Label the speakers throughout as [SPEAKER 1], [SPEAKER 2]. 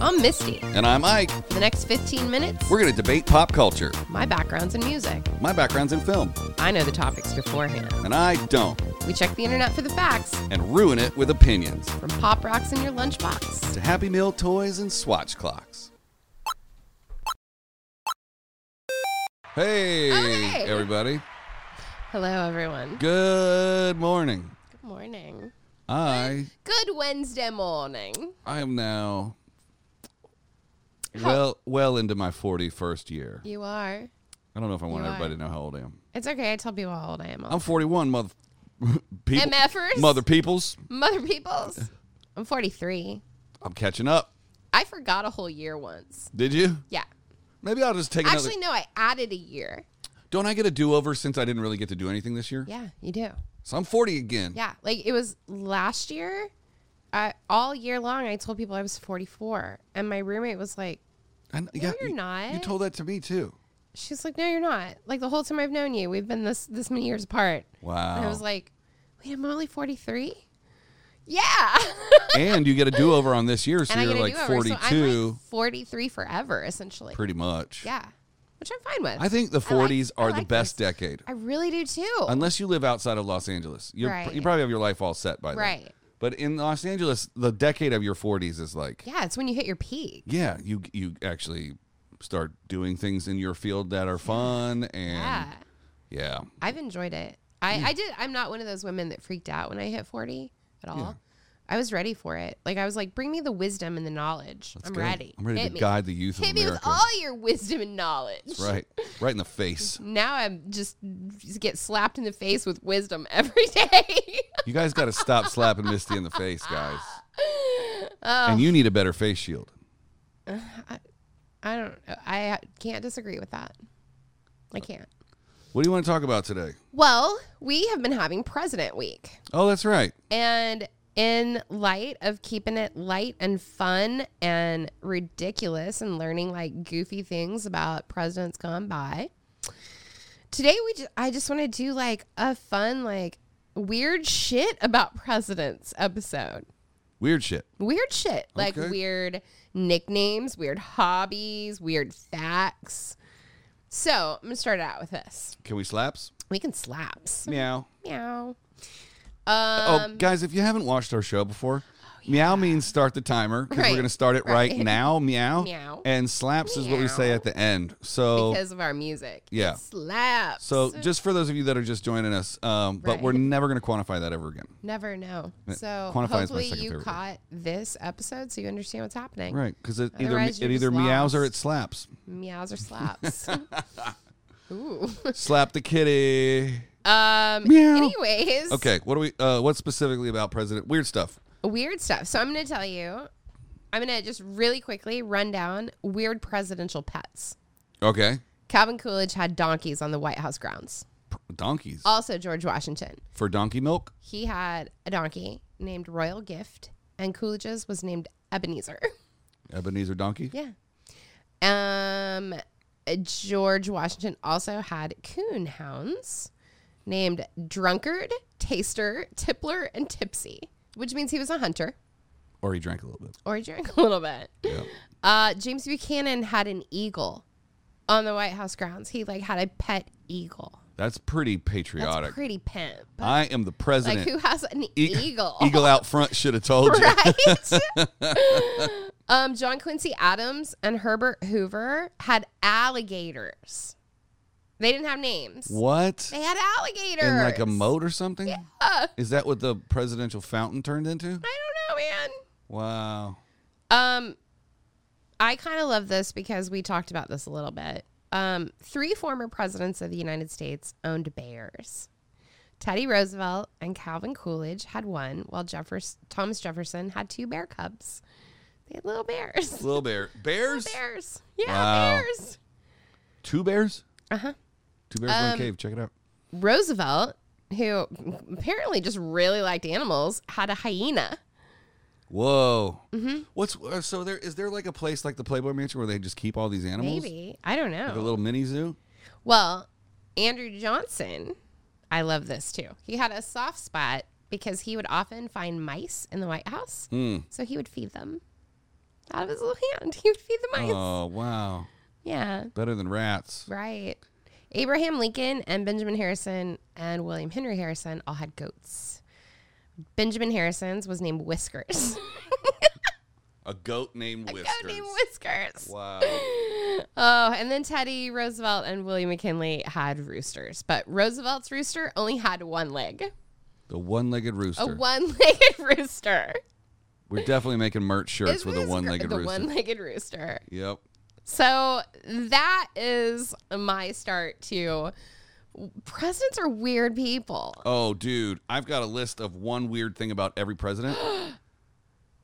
[SPEAKER 1] I'm Misty.
[SPEAKER 2] And I'm Ike.
[SPEAKER 1] For the next 15 minutes,
[SPEAKER 2] We're going to debate pop culture.
[SPEAKER 1] my background's in music.
[SPEAKER 2] My background's in film,
[SPEAKER 1] I know the topics beforehand.
[SPEAKER 2] and I don't.
[SPEAKER 1] We check the internet for the facts,
[SPEAKER 2] And ruin it with opinions.
[SPEAKER 1] from pop rocks in your lunchbox.
[SPEAKER 2] To Happy Meal toys and swatch clocks. Hey,
[SPEAKER 1] Oh, Hey.
[SPEAKER 2] everybody.
[SPEAKER 1] Hello, everyone.
[SPEAKER 2] Good morning.
[SPEAKER 1] Good morning.
[SPEAKER 2] I
[SPEAKER 1] Good Wednesday morning.
[SPEAKER 2] I am now well well into my 41st year.
[SPEAKER 1] You are.
[SPEAKER 2] I don't know if I want
[SPEAKER 1] You are.
[SPEAKER 2] everybody to know how old I am.
[SPEAKER 1] It's okay. I tell people how old I am.
[SPEAKER 2] I'm 41, mother people.
[SPEAKER 1] MFers?
[SPEAKER 2] Mother peoples.
[SPEAKER 1] Mother peoples. I'm 43.
[SPEAKER 2] I'm catching up.
[SPEAKER 1] I forgot a whole year once.
[SPEAKER 2] Did you?
[SPEAKER 1] Yeah.
[SPEAKER 2] Maybe I'll just take another.
[SPEAKER 1] Actually, no, I added a year.
[SPEAKER 2] Don't I get a do-over since I didn't really get to do anything this year?
[SPEAKER 1] Yeah, you do.
[SPEAKER 2] So I'm 40 again.
[SPEAKER 1] Yeah, like it was last year. I, all year long, I told people I was 44, and my roommate was like,
[SPEAKER 2] And-
[SPEAKER 1] No,
[SPEAKER 2] yeah,
[SPEAKER 1] you're
[SPEAKER 2] you-
[SPEAKER 1] not.
[SPEAKER 2] You told that to me too.
[SPEAKER 1] "She's like, no, you're not. Like the whole time I've known you, we've been this this many years apart."
[SPEAKER 2] Wow.
[SPEAKER 1] And I was like, "Wait, I'm only 43." Yeah,
[SPEAKER 2] and you get a do-over on this year, so
[SPEAKER 1] and I
[SPEAKER 2] you're
[SPEAKER 1] get
[SPEAKER 2] like
[SPEAKER 1] a do-over,
[SPEAKER 2] 42,
[SPEAKER 1] so I'm like 43 forever, essentially.
[SPEAKER 2] pretty much.
[SPEAKER 1] Yeah, which I'm fine with.
[SPEAKER 2] I think the
[SPEAKER 1] like-
[SPEAKER 2] 40s
[SPEAKER 1] I
[SPEAKER 2] are the
[SPEAKER 1] like
[SPEAKER 2] best
[SPEAKER 1] this.
[SPEAKER 2] decade,
[SPEAKER 1] I really do too.
[SPEAKER 2] unless you live outside of Los Angeles. You
[SPEAKER 1] Right.
[SPEAKER 2] you probably have your life all set by then.
[SPEAKER 1] Right.
[SPEAKER 2] But in Los Angeles, the decade of your 40s is like, yeah,
[SPEAKER 1] yeah, it's when you hit your peak.
[SPEAKER 2] you you actually start doing things in your field that are fun and
[SPEAKER 1] Yeah.
[SPEAKER 2] yeah.
[SPEAKER 1] I've enjoyed it. I, I did. I'm not one of those women that freaked out when I hit 40 at all. I was ready for it. Like I was like, bring me the wisdom and the knowledge. I'm
[SPEAKER 2] Good.
[SPEAKER 1] ready.
[SPEAKER 2] I'm ready
[SPEAKER 1] Hit
[SPEAKER 2] to
[SPEAKER 1] me.
[SPEAKER 2] guide the youth
[SPEAKER 1] Hit
[SPEAKER 2] of
[SPEAKER 1] me
[SPEAKER 2] America.
[SPEAKER 1] with all your wisdom and knowledge.
[SPEAKER 2] right. Right in the face.
[SPEAKER 1] Now I'm just, just get slapped in the face with wisdom every day.
[SPEAKER 2] You guys got to stop slapping Misty in the face, guys.
[SPEAKER 1] Oh.
[SPEAKER 2] And you need a better face shield.
[SPEAKER 1] I don't. I can't disagree with that. I can't.
[SPEAKER 2] What do you want to talk about today?
[SPEAKER 1] Well, we have been having President Week.
[SPEAKER 2] Oh, that's right.
[SPEAKER 1] And in light of keeping it light and fun and ridiculous and learning like goofy things about presidents gone by, today we just, I just want to do like a fun like weird shit about presidents episode.
[SPEAKER 2] Weird shit.
[SPEAKER 1] Weird shit, like
[SPEAKER 2] Okay.
[SPEAKER 1] weird nicknames, weird hobbies, weird facts. So, I'm going to start out with this.
[SPEAKER 2] Can we slaps?
[SPEAKER 1] We can slaps.
[SPEAKER 2] Meow.
[SPEAKER 1] Meow. Um,
[SPEAKER 2] oh, guys, if you haven't watched our show before, meow means start the timer because
[SPEAKER 1] Oh, Right.
[SPEAKER 2] we're going to start it right,
[SPEAKER 1] Right.
[SPEAKER 2] now. Meow.
[SPEAKER 1] Meow.
[SPEAKER 2] And slaps is what we say
[SPEAKER 1] Meow.
[SPEAKER 2] at the end. So.
[SPEAKER 1] Because of our music.
[SPEAKER 2] Yeah.
[SPEAKER 1] It slaps.
[SPEAKER 2] so, just for those of you that are just joining us, um, but we're
[SPEAKER 1] Right.
[SPEAKER 2] never going to quantify that ever again.
[SPEAKER 1] Never know. So
[SPEAKER 2] quantify is Eh, my
[SPEAKER 1] hopefully
[SPEAKER 2] second
[SPEAKER 1] you
[SPEAKER 2] favorite word.
[SPEAKER 1] caught this episode so you understand what's happening.
[SPEAKER 2] Right. Because it either,
[SPEAKER 1] Otherwise,
[SPEAKER 2] it
[SPEAKER 1] you're
[SPEAKER 2] either
[SPEAKER 1] just
[SPEAKER 2] meows or
[SPEAKER 1] lost.
[SPEAKER 2] it slaps.
[SPEAKER 1] Meows or slaps. Ooh.
[SPEAKER 2] Slap the kitty.
[SPEAKER 1] Um
[SPEAKER 2] Meow.
[SPEAKER 1] anyways.
[SPEAKER 2] Okay, what do we? Uh, what specifically about President? Weird stuff.
[SPEAKER 1] Weird stuff. So I'm gonna tell you I'm gonna just really quickly run down weird presidential pets.
[SPEAKER 2] Okay,
[SPEAKER 1] Calvin Coolidge had donkeys on the White House grounds.
[SPEAKER 2] P- donkeys
[SPEAKER 1] Also George Washington.
[SPEAKER 2] for donkey milk.
[SPEAKER 1] He had a donkey named Royal Gift and Coolidge's was named Ebenezer.
[SPEAKER 2] Ebenezer donkey.
[SPEAKER 1] Yeah. Um, George Washington also had coon hounds named Drunkard, Taster, Tippler, and Tipsy, which means he was a hunter
[SPEAKER 2] Or he drank a little bit.
[SPEAKER 1] or he drank a little bit.
[SPEAKER 2] Yeah.
[SPEAKER 1] Uh, James Buchanan had an eagle on the White House grounds. He like had a pet eagle.
[SPEAKER 2] That's pretty
[SPEAKER 1] That's
[SPEAKER 2] patriotic.
[SPEAKER 1] pretty pimp.
[SPEAKER 2] I am the
[SPEAKER 1] Like
[SPEAKER 2] president.
[SPEAKER 1] who has an
[SPEAKER 2] E-
[SPEAKER 1] eagle?
[SPEAKER 2] Eagle out front should have told you.
[SPEAKER 1] right? um, John Quincy Adams and Herbert Hoover had alligators. They didn't have names.
[SPEAKER 2] What?
[SPEAKER 1] They had alligators.
[SPEAKER 2] In like a moat or something?
[SPEAKER 1] Uh,
[SPEAKER 2] Is that what the presidential fountain turned into?
[SPEAKER 1] I don't know, man.
[SPEAKER 2] Wow.
[SPEAKER 1] Um, I kind of love this because we talked about this a little bit. Um, three former presidents of the United States owned bears. Teddy Roosevelt and Calvin Coolidge had one, while Jeffers- Thomas Jefferson had two bear cubs. They had little bears.
[SPEAKER 2] Little bear. Bears?
[SPEAKER 1] Bears. Yeah,
[SPEAKER 2] Wow.
[SPEAKER 1] bears.
[SPEAKER 2] Two bears?
[SPEAKER 1] Uh huh.
[SPEAKER 2] Two bears, one cave. Check it out.
[SPEAKER 1] Roosevelt, who apparently just really liked animals, had a hyena.
[SPEAKER 2] Whoa. Mm-hmm. What's uh, so there? Is there like a place like the Playboy Mansion where they just keep all these animals?
[SPEAKER 1] Maybe. I don't know.
[SPEAKER 2] Like a little mini zoo?
[SPEAKER 1] well, Andrew Johnson, I love this too. He had a soft
[SPEAKER 2] Hmm.
[SPEAKER 1] spot because he would often find mice in the White House. So he would feed them. out of his little hand. He would feed the mice.
[SPEAKER 2] Oh wow,
[SPEAKER 1] Yeah,
[SPEAKER 2] better than rats.
[SPEAKER 1] right. Abraham Lincoln and Benjamin Harrison and William Henry Harrison all had goats. Benjamin Harrison's was named Whiskers.
[SPEAKER 2] A goat named Whiskers.
[SPEAKER 1] Goat named Whiskers.
[SPEAKER 2] wow.
[SPEAKER 1] Oh, and then Teddy Roosevelt and William McKinley had roosters, but Roosevelt's rooster only had one leg.
[SPEAKER 2] The one-legged
[SPEAKER 1] A
[SPEAKER 2] rooster.
[SPEAKER 1] one-legged rooster.
[SPEAKER 2] We're definitely making merch shirts
[SPEAKER 1] Isn't
[SPEAKER 2] with a
[SPEAKER 1] this gr-
[SPEAKER 2] one-legged
[SPEAKER 1] the
[SPEAKER 2] rooster.
[SPEAKER 1] one-legged rooster.
[SPEAKER 2] yep.
[SPEAKER 1] So that is my start to presidents are weird people.
[SPEAKER 2] Oh, dude, I've got a list of one weird thing about every president.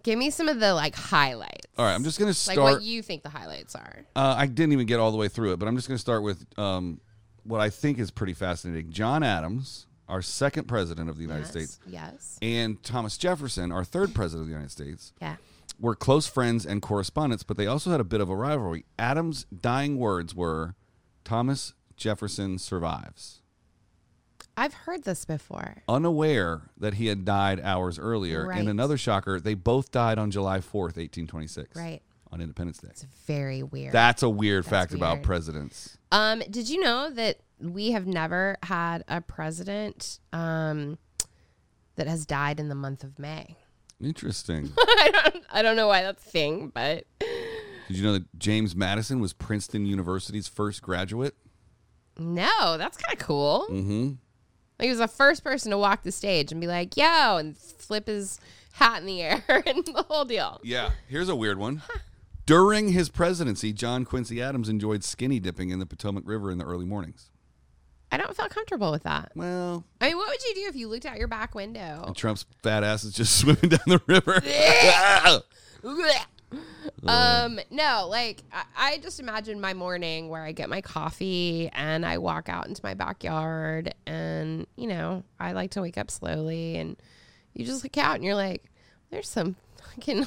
[SPEAKER 1] Give me some of the like highlights.
[SPEAKER 2] All right, I'm just gonna
[SPEAKER 1] like
[SPEAKER 2] start.
[SPEAKER 1] what you think the highlights are.
[SPEAKER 2] uh, I didn't even get all the way through it, but I'm just gonna start with um, what I think is pretty fascinating. John Adams, our second president of the United
[SPEAKER 1] yes.
[SPEAKER 2] States,
[SPEAKER 1] Yes.
[SPEAKER 2] and Thomas Jefferson, our third president of the United States,
[SPEAKER 1] Yeah.
[SPEAKER 2] were close friends and correspondents, but they also had a bit of a rivalry. Adams' dying words were, "Thomas Jefferson survives."
[SPEAKER 1] I've heard this before.
[SPEAKER 2] unaware that he had died hours earlier.
[SPEAKER 1] Right.
[SPEAKER 2] And another shocker, they both died on July 4th, 1826.
[SPEAKER 1] Right.
[SPEAKER 2] On Independence Day.
[SPEAKER 1] It's very weird.
[SPEAKER 2] That's a weird fact about
[SPEAKER 1] weird.
[SPEAKER 2] presidents.
[SPEAKER 1] Um, did you know that we have never had a president um, that has died in the month of May?
[SPEAKER 2] Interesting.
[SPEAKER 1] I don't, I don't know why that's a thing, but
[SPEAKER 2] Did you know that James Madison was Princeton University's first graduate?
[SPEAKER 1] no, that's kind of cool. Mm-hmm. Like, he was the first person to walk the stage and be like, "Yo," and flip his hat in the air and the whole deal.
[SPEAKER 2] Yeah. Here's a weird one. During his presidency, John Quincy Adams enjoyed skinny dipping in the Potomac River in the early mornings.
[SPEAKER 1] I don't feel comfortable with that.
[SPEAKER 2] Well,
[SPEAKER 1] I mean, what would you do if you looked out your back window?
[SPEAKER 2] Trump's fat ass is just swimming down the river. Ah!
[SPEAKER 1] um, no, like I, I just imagine my morning where I get my coffee and I walk out into my backyard and you know, I like to wake up slowly and you just look out and you're like, there's some fucking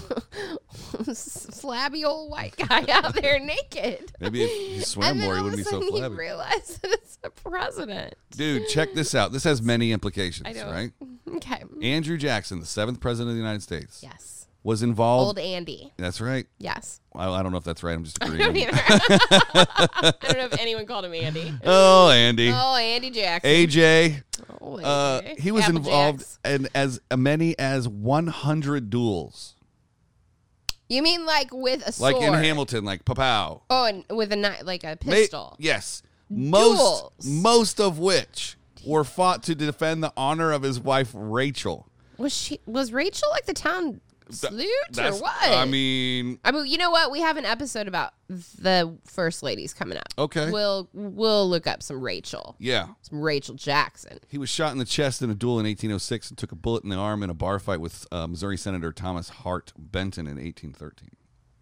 [SPEAKER 1] flabby old white guy out there naked.
[SPEAKER 2] Maybe if he swam
[SPEAKER 1] and then
[SPEAKER 2] more, he
[SPEAKER 1] all of a
[SPEAKER 2] wouldn't be so
[SPEAKER 1] sudden you
[SPEAKER 2] flabby.
[SPEAKER 1] realize that it's the president.
[SPEAKER 2] Dude, check this out. This has many implications,
[SPEAKER 1] I don't
[SPEAKER 2] right?
[SPEAKER 1] Okay.
[SPEAKER 2] Andrew Jackson, the seventh president of the United States,
[SPEAKER 1] Yes.
[SPEAKER 2] was
[SPEAKER 1] Old
[SPEAKER 2] involved.
[SPEAKER 1] Andy.
[SPEAKER 2] That's right.
[SPEAKER 1] Yes.
[SPEAKER 2] I, I don't know if that's right. I'm just
[SPEAKER 1] I don't
[SPEAKER 2] agreeing.
[SPEAKER 1] either. I don't know if anyone called him Andy.
[SPEAKER 2] oh, Andy.
[SPEAKER 1] Oh, Andy Jackson.
[SPEAKER 2] AJ.
[SPEAKER 1] Oh,
[SPEAKER 2] Uh,
[SPEAKER 1] Andy.
[SPEAKER 2] he was
[SPEAKER 1] Apple
[SPEAKER 2] involved
[SPEAKER 1] Jacks.
[SPEAKER 2] in as many as 100 duels,
[SPEAKER 1] You mean like with a
[SPEAKER 2] like
[SPEAKER 1] sword?
[SPEAKER 2] in Hamilton, like Papow.
[SPEAKER 1] Oh, and with a knife, like a
[SPEAKER 2] Ma-
[SPEAKER 1] pistol.
[SPEAKER 2] yes. Most,
[SPEAKER 1] Duels.
[SPEAKER 2] most of which were fought to defend the honor of his wife, Rachel.
[SPEAKER 1] was she? Was Rachel like the town sleuth or
[SPEAKER 2] That's-
[SPEAKER 1] what?
[SPEAKER 2] I mean,
[SPEAKER 1] I mean, you know what? We have an episode about the first ladies coming up.
[SPEAKER 2] Okay.
[SPEAKER 1] we'll we'll look up some Rachel,
[SPEAKER 2] yeah.
[SPEAKER 1] some Rachel Jackson.
[SPEAKER 2] He was shot in the chest in a duel in 1806 and took a bullet in the arm in a bar fight with uh, Missouri Senator Thomas Hart Benton in 1813.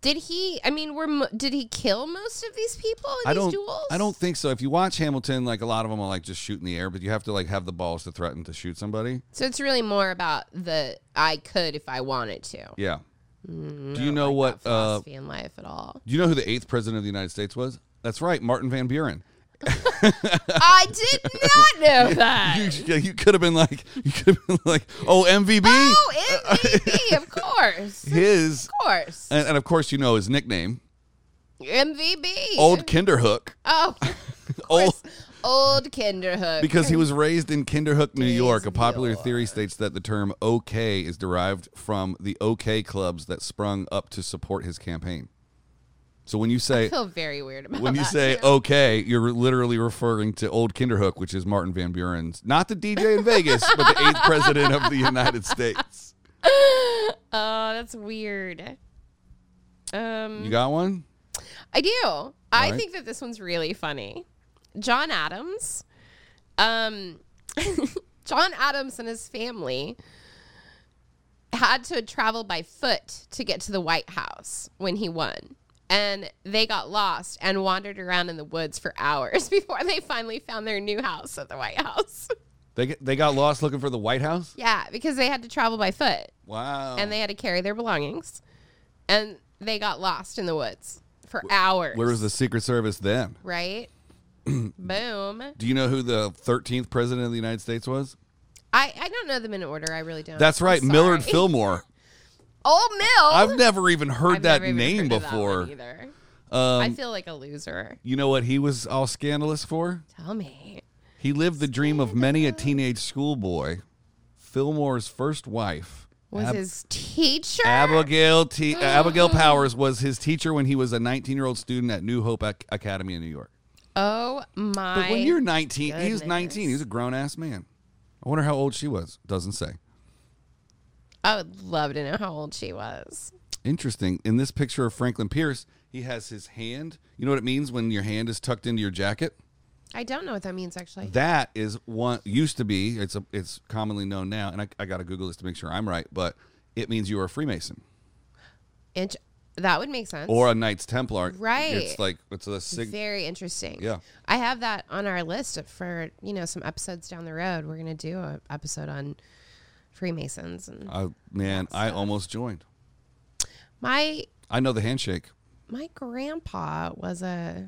[SPEAKER 1] Did he? I mean, were mo- did he kill most of these people in
[SPEAKER 2] I
[SPEAKER 1] these
[SPEAKER 2] don't.
[SPEAKER 1] duels?
[SPEAKER 2] I don't think so. If you watch Hamilton, like a lot of them are like just shoot in the air, but you have to like have the balls to threaten to shoot somebody.
[SPEAKER 1] So it's really more about the I could if I wanted to.
[SPEAKER 2] Yeah.
[SPEAKER 1] Mm,
[SPEAKER 2] Do you know what? Uh,
[SPEAKER 1] philosophy in life at all.
[SPEAKER 2] do you know who the eighth president of the United States was? That's right, Martin Van Buren.
[SPEAKER 1] I did not know
[SPEAKER 2] You,
[SPEAKER 1] that.
[SPEAKER 2] you could have been like, you could have been like, oh MVB.
[SPEAKER 1] Oh, MVP, of course, of
[SPEAKER 2] his
[SPEAKER 1] course,
[SPEAKER 2] and, and of course you know his nickname,
[SPEAKER 1] MVP.
[SPEAKER 2] Old Kinderhook.
[SPEAKER 1] oh, of
[SPEAKER 2] Old
[SPEAKER 1] course. old Kinderhook.
[SPEAKER 2] Because he was raised in Kinderhook, New York. A
[SPEAKER 1] Days
[SPEAKER 2] popular
[SPEAKER 1] York.
[SPEAKER 2] theory states that the term OK is derived from the OK clubs that sprung up to support his campaign. So when you
[SPEAKER 1] I
[SPEAKER 2] say
[SPEAKER 1] feel very weird about
[SPEAKER 2] when you
[SPEAKER 1] that,
[SPEAKER 2] say
[SPEAKER 1] too.
[SPEAKER 2] OK, you're literally referring to old Kinderhook, which is Martin Van Buren's, not the DJ in Vegas, but the eighth president of the United States.
[SPEAKER 1] oh, that's weird. Um,
[SPEAKER 2] You got one?
[SPEAKER 1] I do. I
[SPEAKER 2] right.
[SPEAKER 1] think that this one's really funny. John Adams. Um John Adams and his family had to travel by foot to get to the White House when he won. And they got lost and wandered around in the woods for hours before they finally found their new house at the White House.
[SPEAKER 2] They get, they got lost looking for the White House.
[SPEAKER 1] yeah, because they had to travel by foot
[SPEAKER 2] Wow.
[SPEAKER 1] and they had to carry their belongings. And they got lost in the woods for hours
[SPEAKER 2] Where was the Secret Service then?
[SPEAKER 1] right? Boom.
[SPEAKER 2] Do you know who the 13th president of the United States was?
[SPEAKER 1] I, I don't know them in order. I really don't.
[SPEAKER 2] That's right,
[SPEAKER 1] I'm
[SPEAKER 2] Millard
[SPEAKER 1] sorry.
[SPEAKER 2] Fillmore.
[SPEAKER 1] Old Mill.
[SPEAKER 2] I've never even heard
[SPEAKER 1] I've
[SPEAKER 2] that
[SPEAKER 1] never even
[SPEAKER 2] name
[SPEAKER 1] heard of that
[SPEAKER 2] before.
[SPEAKER 1] one either.
[SPEAKER 2] Um,
[SPEAKER 1] I feel like a loser.
[SPEAKER 2] you know what he was all scandalous for?
[SPEAKER 1] Tell me.
[SPEAKER 2] He lived the dream of many a teenage schoolboy. Fillmore's first wife,
[SPEAKER 1] Was
[SPEAKER 2] Ab-
[SPEAKER 1] his teacher?
[SPEAKER 2] Abigail T- Abigail Powers, was his teacher when he was a 19-year-old student at New Hope Ac- Academy in New York.
[SPEAKER 1] oh my.
[SPEAKER 2] But when you're 19, he was
[SPEAKER 1] goodness.
[SPEAKER 2] 19. He was a grown ass man. I wonder how old she was. Doesn't say.
[SPEAKER 1] I would love to know how old she was.
[SPEAKER 2] Interesting. In this picture of Franklin Pierce, he has his hand. You know what it means when your hand is tucked into your jacket?
[SPEAKER 1] I don't know what that means actually.
[SPEAKER 2] That is one used to be. It's a, it's commonly known now, and I, I got to Google this to make sure I'm right. But it means you are a Freemason
[SPEAKER 1] Int- that would make sense.
[SPEAKER 2] or a Knights Templar.
[SPEAKER 1] Right.
[SPEAKER 2] It's like it's a sig-
[SPEAKER 1] Very interesting.
[SPEAKER 2] Yeah.
[SPEAKER 1] I have that on our list for, you know, some episodes down the road. We're going to do an episode on Freemasons. And
[SPEAKER 2] uh, man. I almost joined.
[SPEAKER 1] my
[SPEAKER 2] I know the handshake.
[SPEAKER 1] my grandpa was a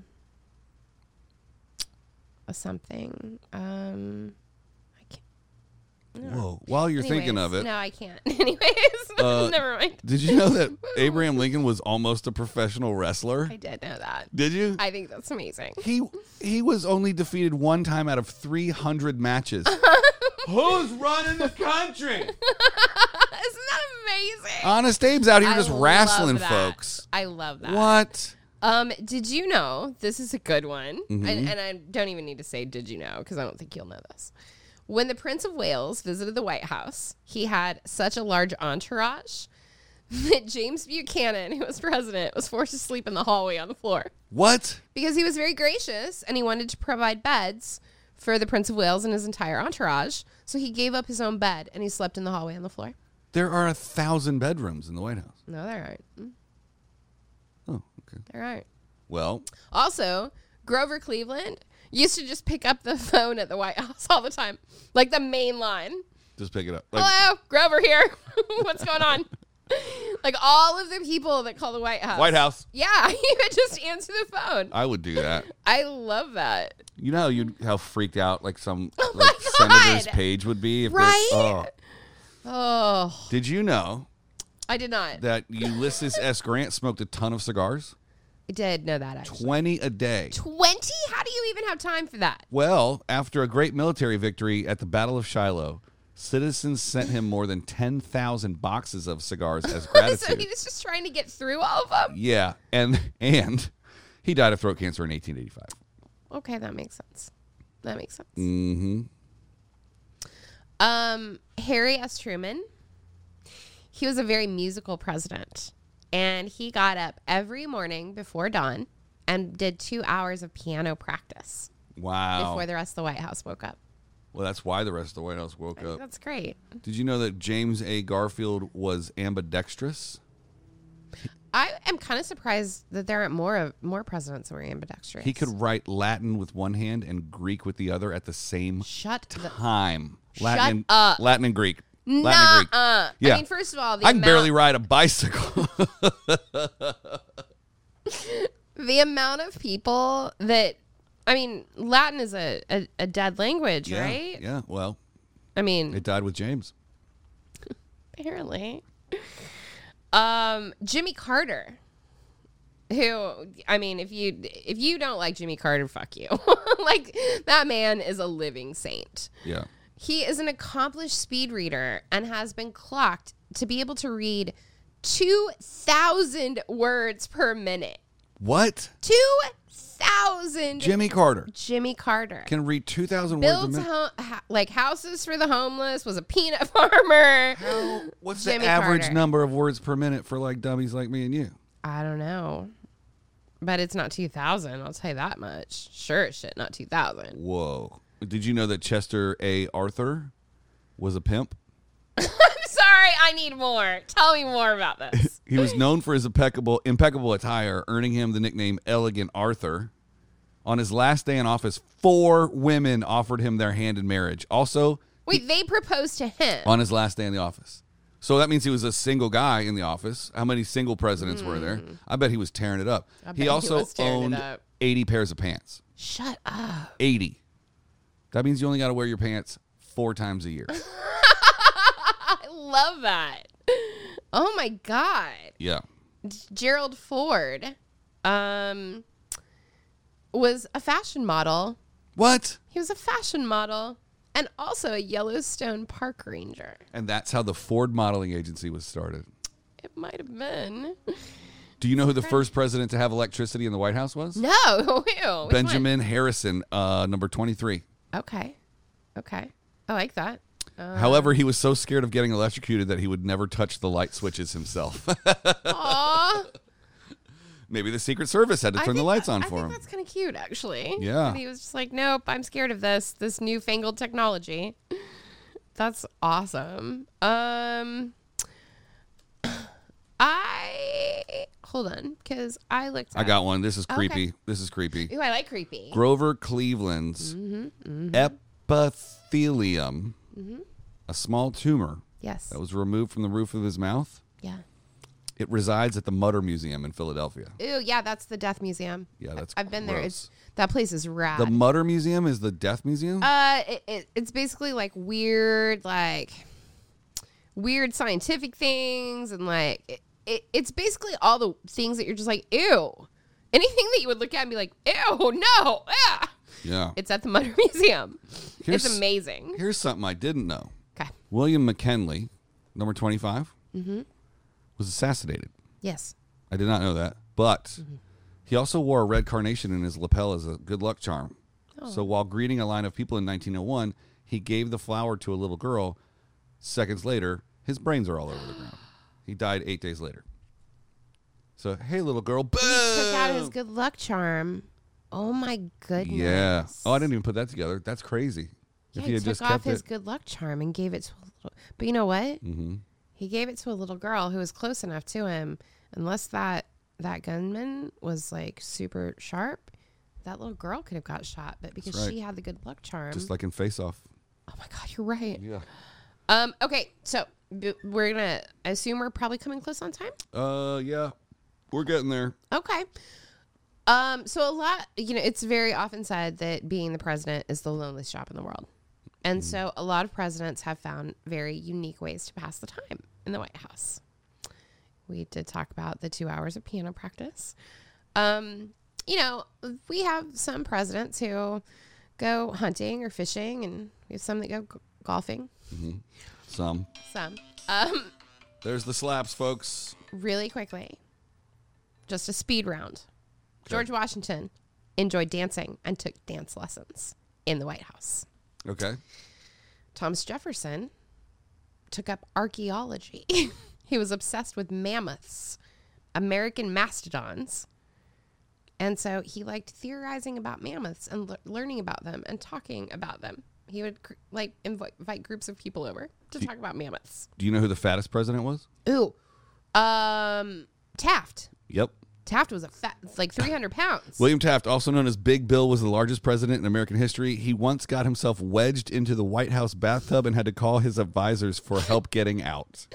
[SPEAKER 1] a something. Um I can't
[SPEAKER 2] Whoa! While you're thinking
[SPEAKER 1] anyways,
[SPEAKER 2] of it, Uh,
[SPEAKER 1] No, I can't. Anyways, never mind.
[SPEAKER 2] did you know that Abraham Lincoln was almost a professional wrestler?
[SPEAKER 1] I did know that.
[SPEAKER 2] Did you?
[SPEAKER 1] I think that's amazing.
[SPEAKER 2] he he was only defeated one time out of 300 matches. Who's running the country?
[SPEAKER 1] Isn't that amazing?
[SPEAKER 2] Honest Abe's out here
[SPEAKER 1] I
[SPEAKER 2] just
[SPEAKER 1] love
[SPEAKER 2] wrestling
[SPEAKER 1] that.
[SPEAKER 2] folks.
[SPEAKER 1] I love that.
[SPEAKER 2] What?
[SPEAKER 1] Um, did you know? This is a good one, and, and I don't even need to say "Did you know" because I don't think you'll know this. When the Prince of Wales visited the White House, he had such a large entourage that James Buchanan, who was president, was forced to sleep in the hallway on the floor
[SPEAKER 2] What?
[SPEAKER 1] because he was very gracious and he wanted to provide beds for the Prince of Wales and his entire entourage. So he gave up his own bed and he slept in the hallway on the floor.
[SPEAKER 2] There are a thousand bedrooms in the White House.
[SPEAKER 1] No, there aren't.
[SPEAKER 2] Oh, okay.
[SPEAKER 1] There aren't.
[SPEAKER 2] Well,
[SPEAKER 1] Also, Grover Cleveland used to just pick up the phone at the White House all the time, like the main line.
[SPEAKER 2] just pick it up. Like,
[SPEAKER 1] Hello, Grover here. What's going on? like all of the people that call the White House.
[SPEAKER 2] White House.
[SPEAKER 1] Yeah, he would just answer the phone.
[SPEAKER 2] I would do that.
[SPEAKER 1] I love that.
[SPEAKER 2] You know how you how freaked out like some
[SPEAKER 1] Oh my
[SPEAKER 2] like senator's
[SPEAKER 1] God.
[SPEAKER 2] page would be if they-
[SPEAKER 1] Right?
[SPEAKER 2] oh.
[SPEAKER 1] Oh,
[SPEAKER 2] Did you know
[SPEAKER 1] I did not.
[SPEAKER 2] that Ulysses S. Grant smoked a ton of cigars?
[SPEAKER 1] I did know that actually.
[SPEAKER 2] 20 a day.
[SPEAKER 1] 20? How do you even have time for that?
[SPEAKER 2] Well, after a great military victory at the Battle of Shiloh, citizens sent him more than 10,000 boxes of cigars as
[SPEAKER 1] so
[SPEAKER 2] gratitude.
[SPEAKER 1] he was just trying to get through all of them.
[SPEAKER 2] yeah, and and he died of throat cancer in 1885.
[SPEAKER 1] Okay, that makes sense. That makes sense.
[SPEAKER 2] Mm-hmm.
[SPEAKER 1] Um, Harry S. Truman. He was a very musical president, and he got up every morning before dawn and did two hours of piano practice
[SPEAKER 2] Wow.
[SPEAKER 1] before the rest of the White House woke up.
[SPEAKER 2] well, that's why the rest of the White House woke up.
[SPEAKER 1] That's great.
[SPEAKER 2] Did you know that James A. Garfield was ambidextrous?
[SPEAKER 1] I am kind of surprised that there aren't more of more presidents who are ambidextrous.
[SPEAKER 2] He could write Latin with one hand and Greek with the other at the same
[SPEAKER 1] shut the
[SPEAKER 2] time. Latin
[SPEAKER 1] Shut
[SPEAKER 2] and,
[SPEAKER 1] up.
[SPEAKER 2] Latin and Greek. Latin
[SPEAKER 1] nah.
[SPEAKER 2] and Greek.
[SPEAKER 1] Uh,
[SPEAKER 2] Yeah.
[SPEAKER 1] I mean, first of all, the
[SPEAKER 2] I can
[SPEAKER 1] amount,
[SPEAKER 2] barely ride a bicycle.
[SPEAKER 1] the amount of people that I mean, Latin is a a, a dead language,
[SPEAKER 2] Yeah,
[SPEAKER 1] right?
[SPEAKER 2] Yeah. Well,
[SPEAKER 1] I mean,
[SPEAKER 2] it died with James.
[SPEAKER 1] Apparently. Um, Jimmy Carter. Who I mean, if you if you don't like Jimmy Carter, fuck you. like that man is a living saint.
[SPEAKER 2] Yeah.
[SPEAKER 1] He is an accomplished speed reader and has been clocked to be able to read two thousand words per minute.
[SPEAKER 2] What?
[SPEAKER 1] Two thousand
[SPEAKER 2] Jimmy Carter
[SPEAKER 1] Jimmy Carter.
[SPEAKER 2] can read 2,000 words a
[SPEAKER 1] Builds
[SPEAKER 2] minute.
[SPEAKER 1] ho- ha- like houses for the homeless. Was a peanut farmer.
[SPEAKER 2] How- What's
[SPEAKER 1] Jimmy
[SPEAKER 2] the average
[SPEAKER 1] Carter.
[SPEAKER 2] number of words per minute for like dummies like me and you?
[SPEAKER 1] I don't know. But it's not 2000, I'll tell you that much. Sure as shit, not 2000.
[SPEAKER 2] Whoa. Did you know that Chester A. Arthur was a pimp?
[SPEAKER 1] I'm sorry, I need more. Tell me more about this.
[SPEAKER 2] He was known for his impeccable, impeccable attire, earning him the nickname Elegant Arthur. On his last day in office, four women offered him their hand in marriage. Also,
[SPEAKER 1] Wait, they proposed to him.
[SPEAKER 2] on his last day in the office. So that means he was a single guy in the office. How many single presidents were there? I bet he was tearing it up.
[SPEAKER 1] Hmm. bet
[SPEAKER 2] He
[SPEAKER 1] he
[SPEAKER 2] also
[SPEAKER 1] was tearing it
[SPEAKER 2] owned
[SPEAKER 1] up.
[SPEAKER 2] 80 pairs of pants.
[SPEAKER 1] Shut up.
[SPEAKER 2] 80. That means you only got to wear your pants four times a year.
[SPEAKER 1] I love that. Oh my God.
[SPEAKER 2] Yeah.
[SPEAKER 1] Gerald Ford um, was a fashion model.
[SPEAKER 2] What?
[SPEAKER 1] He was a fashion model and also a Yellowstone park ranger.
[SPEAKER 2] And that's how the Ford Modeling Agency was started.
[SPEAKER 1] It might have been.
[SPEAKER 2] Do you know who the first president to have electricity in the White House was?
[SPEAKER 1] No. Ew, which one?
[SPEAKER 2] Benjamin Harrison, uh, number 23.
[SPEAKER 1] Okay. Okay. I like that. Uh,
[SPEAKER 2] However, he was so scared of getting electrocuted that he would never touch the light switches himself.
[SPEAKER 1] aw.
[SPEAKER 2] Maybe the Secret Service had to
[SPEAKER 1] I
[SPEAKER 2] turn the
[SPEAKER 1] think-
[SPEAKER 2] lights on
[SPEAKER 1] I
[SPEAKER 2] for
[SPEAKER 1] think
[SPEAKER 2] him.
[SPEAKER 1] That's kind of cute, actually.
[SPEAKER 2] Yeah.
[SPEAKER 1] That he was just like, nope, I'm scared of this, this newfangled technology. That's awesome. Um, I hold on because I looked.
[SPEAKER 2] I
[SPEAKER 1] up-
[SPEAKER 2] got one. This is creepy. This is creepy.
[SPEAKER 1] Ooh, I like creepy.
[SPEAKER 2] Grover Cleveland's epithelium, a small tumor
[SPEAKER 1] yes.
[SPEAKER 2] that was removed from the roof of his mouth.
[SPEAKER 1] yeah.
[SPEAKER 2] It resides at the Mutter Museum in Philadelphia.
[SPEAKER 1] Ooh, yeah. That's the death museum.
[SPEAKER 2] Yeah, that's
[SPEAKER 1] I've been there. It's
[SPEAKER 2] gross.
[SPEAKER 1] that place is rad.
[SPEAKER 2] The Mutter Museum is the death museum.
[SPEAKER 1] Uh, it, it, it's basically like weird, like weird scientific things, and like it, it, it's basically all the things that you're just like, ew. Anything that you would look at and be like, ew, no, ah.
[SPEAKER 2] yeah.
[SPEAKER 1] It's at the Mutter Museum.
[SPEAKER 2] Here's-
[SPEAKER 1] it's amazing.
[SPEAKER 2] Here's something I didn't know.
[SPEAKER 1] Okay.
[SPEAKER 2] William McKinley, number 25, was assassinated.
[SPEAKER 1] Yes.
[SPEAKER 2] I did not know that. But he also wore a red carnation in his lapel as a good luck charm.
[SPEAKER 1] Oh.
[SPEAKER 2] So while greeting a line of people in 1901, he gave the flower to a little girl. Seconds later, his brains are all over the ground. He died eight days later. So, hey, little girl. Boom!
[SPEAKER 1] Took out his good luck charm. Oh my goodness.
[SPEAKER 2] Oh. yeah. Oh, I didn't even put that together. That's crazy.
[SPEAKER 1] Yeah, he, took off his
[SPEAKER 2] it.
[SPEAKER 1] good luck charm and gave it to a little. But you know what? Mm-hmm. He gave it to a little girl who was close enough to him. Unless that that gunman was like super sharp, that little girl could have got shot. But because
[SPEAKER 2] right.
[SPEAKER 1] she had the good luck charm,
[SPEAKER 2] Just like in Face Off.
[SPEAKER 1] oh my god, you're right.
[SPEAKER 2] Yeah.
[SPEAKER 1] Um. Okay. So b- we're gonna I assume we're probably coming close on time.
[SPEAKER 2] Uh, yeah. We're getting there.
[SPEAKER 1] Okay. Um, so a lot, you know, it's very often said that being the president is the loneliest job in the world. And so a lot of presidents have found very unique ways to pass the time in the White House. We did talk about the two hours of piano practice. Um, you know, we have some presidents who go hunting or fishing, and we have some that go g- golfing.
[SPEAKER 2] Some.
[SPEAKER 1] Some. Um,
[SPEAKER 2] There's the slaps, folks.
[SPEAKER 1] really quickly, just a speed round. George Washington enjoyed dancing and took dance lessons in the White House.
[SPEAKER 2] Okay.
[SPEAKER 1] Thomas Jefferson took up archaeology. he was obsessed with mammoths, American mastodons. And so he liked theorizing about mammoths and le- learning about them and talking about them. He would cr- like invi- invite groups of people over to talk about mammoths.
[SPEAKER 2] Do you know who the fattest president was?
[SPEAKER 1] Ooh. Um Taft.
[SPEAKER 2] Yep.
[SPEAKER 1] Taft was a fat, like 300 pounds.
[SPEAKER 2] William Taft, also known as Big Bill, was the largest president in American history. He once got himself wedged into the White House bathtub and had to call his advisors for help getting out.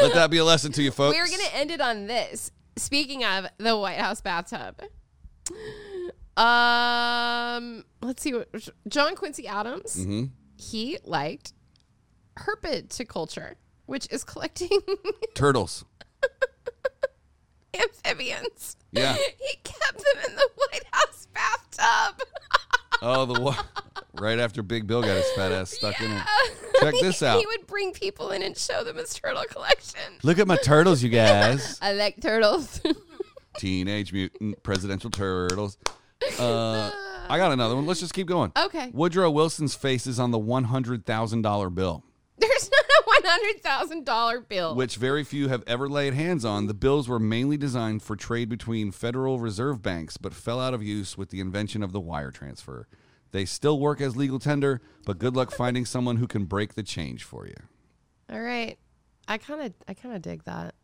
[SPEAKER 2] Let that be a lesson to you, folks.
[SPEAKER 1] We're going to end it on this. Speaking of the White House bathtub. Um, let's see what John Quincy Adams.
[SPEAKER 2] Mm-hmm.
[SPEAKER 1] He liked herpetoculture, which is collecting
[SPEAKER 2] turtles.
[SPEAKER 1] amphibians.
[SPEAKER 2] Yeah.
[SPEAKER 1] He kept them in the White House bathtub.
[SPEAKER 2] Oh, the wa- right after Big Bill got his fat ass stuck in it. Check this out.
[SPEAKER 1] He would bring people in and show them his turtle collection.
[SPEAKER 2] Look at my turtles, you guys.
[SPEAKER 1] I like turtles.
[SPEAKER 2] Teenage Mutant Presidential Turtles. Uh, I got another one. Let's just keep going.
[SPEAKER 1] Okay.
[SPEAKER 2] Woodrow Wilson's face is on the one hundred thousand dollar bill,
[SPEAKER 1] There's not a one hundred thousand dollar bill.
[SPEAKER 2] which very few have ever laid hands on. The bills were mainly designed for trade between Federal Reserve banks, but fell out of use with the invention of the wire transfer. They still work as legal tender, but good luck finding someone who can break the change for you.
[SPEAKER 1] All right. I kind of I kind of dig that.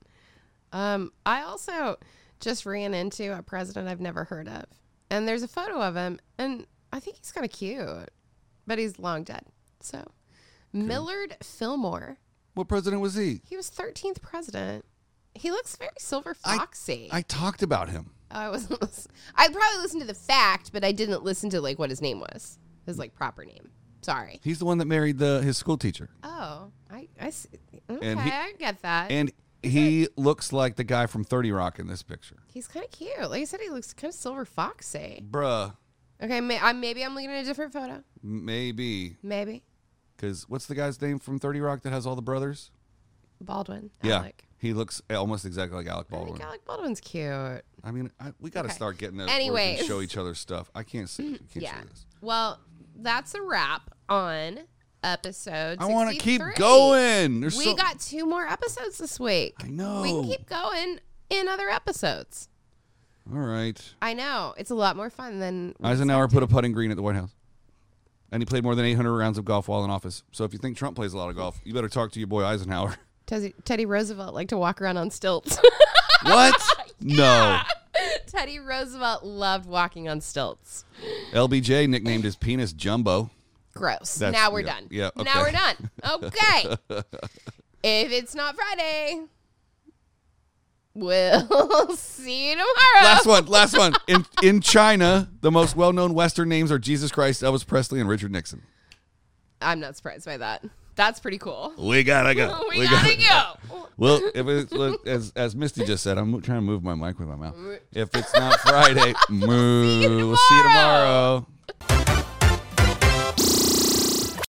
[SPEAKER 1] Um, I also just ran into a president I've never heard of, and there's a photo of him, and I think he's kind of cute, but he's long dead. So, Millard Fillmore,
[SPEAKER 2] What president was he?
[SPEAKER 1] he was thirteenth president. He looks very silver
[SPEAKER 2] I-
[SPEAKER 1] foxy. I,
[SPEAKER 2] I talked about him.
[SPEAKER 1] wasn't. Listen- I probably listened to the fact, but I didn't listen to like what his name was, his like proper name. Sorry.
[SPEAKER 2] He's the one that married the his school teacher,
[SPEAKER 1] Oh, I, I s- okay,
[SPEAKER 2] And he-
[SPEAKER 1] I get that.
[SPEAKER 2] and he looks like the guy from Thirty Rock in this picture,
[SPEAKER 1] He's kind of cute. Like I said, he looks kind of silver foxy.
[SPEAKER 2] bruh.
[SPEAKER 1] Okay, may, I, maybe I'm looking at a different photo.
[SPEAKER 2] Maybe
[SPEAKER 1] Maybe
[SPEAKER 2] because what's the guy's name from Thirty Rock that has all the brothers?
[SPEAKER 1] Baldwin. Alec.
[SPEAKER 2] Yeah, he looks almost exactly like Alec
[SPEAKER 1] I
[SPEAKER 2] Baldwin.
[SPEAKER 1] think Alec Baldwin's cute.
[SPEAKER 2] I mean, I, we got to
[SPEAKER 1] Okay.
[SPEAKER 2] start getting those. where we can
[SPEAKER 1] Anyways. Mm-hmm.
[SPEAKER 2] show each other stuff. I can't see. Can't
[SPEAKER 1] Yeah.
[SPEAKER 2] show this.
[SPEAKER 1] Well, that's a wrap on episode.
[SPEAKER 2] I want to keep
[SPEAKER 1] 63.
[SPEAKER 2] going. There's
[SPEAKER 1] We
[SPEAKER 2] so-
[SPEAKER 1] got two more episodes this week.
[SPEAKER 2] I know.
[SPEAKER 1] We can keep going in other episodes.
[SPEAKER 2] All right.
[SPEAKER 1] I know it's a lot more fun than
[SPEAKER 2] Eisenhower put a putting green at the White House. And he played more than 800 rounds of golf while in office. So if you think Trump plays a lot of golf, you better talk to your boy Eisenhower.
[SPEAKER 1] Teddy, Teddy Roosevelt like to walk around on stilts.
[SPEAKER 2] what? No.
[SPEAKER 1] Teddy Roosevelt loved walking on stilts.
[SPEAKER 2] LBJ nicknamed his penis Jumbo.
[SPEAKER 1] Gross.
[SPEAKER 2] That's-
[SPEAKER 1] now we're
[SPEAKER 2] yeah,
[SPEAKER 1] done.
[SPEAKER 2] yeah, okay.
[SPEAKER 1] Now we're done. Okay. if it's not Friday, we'll see you tomorrow.
[SPEAKER 2] Last one. Last one. In, in China, the most well known Western names are Jesus Christ, Elvis Presley, and Richard Nixon.
[SPEAKER 1] I'm not surprised by that. That's pretty cool.
[SPEAKER 2] We gotta go.
[SPEAKER 1] we, gotta go.
[SPEAKER 2] Well, if it's, look, as as Misty just said, I'm trying to move my mic with my mouth. If it's not Friday, move. We'll see you
[SPEAKER 1] tomorrow.
[SPEAKER 2] tomorrow.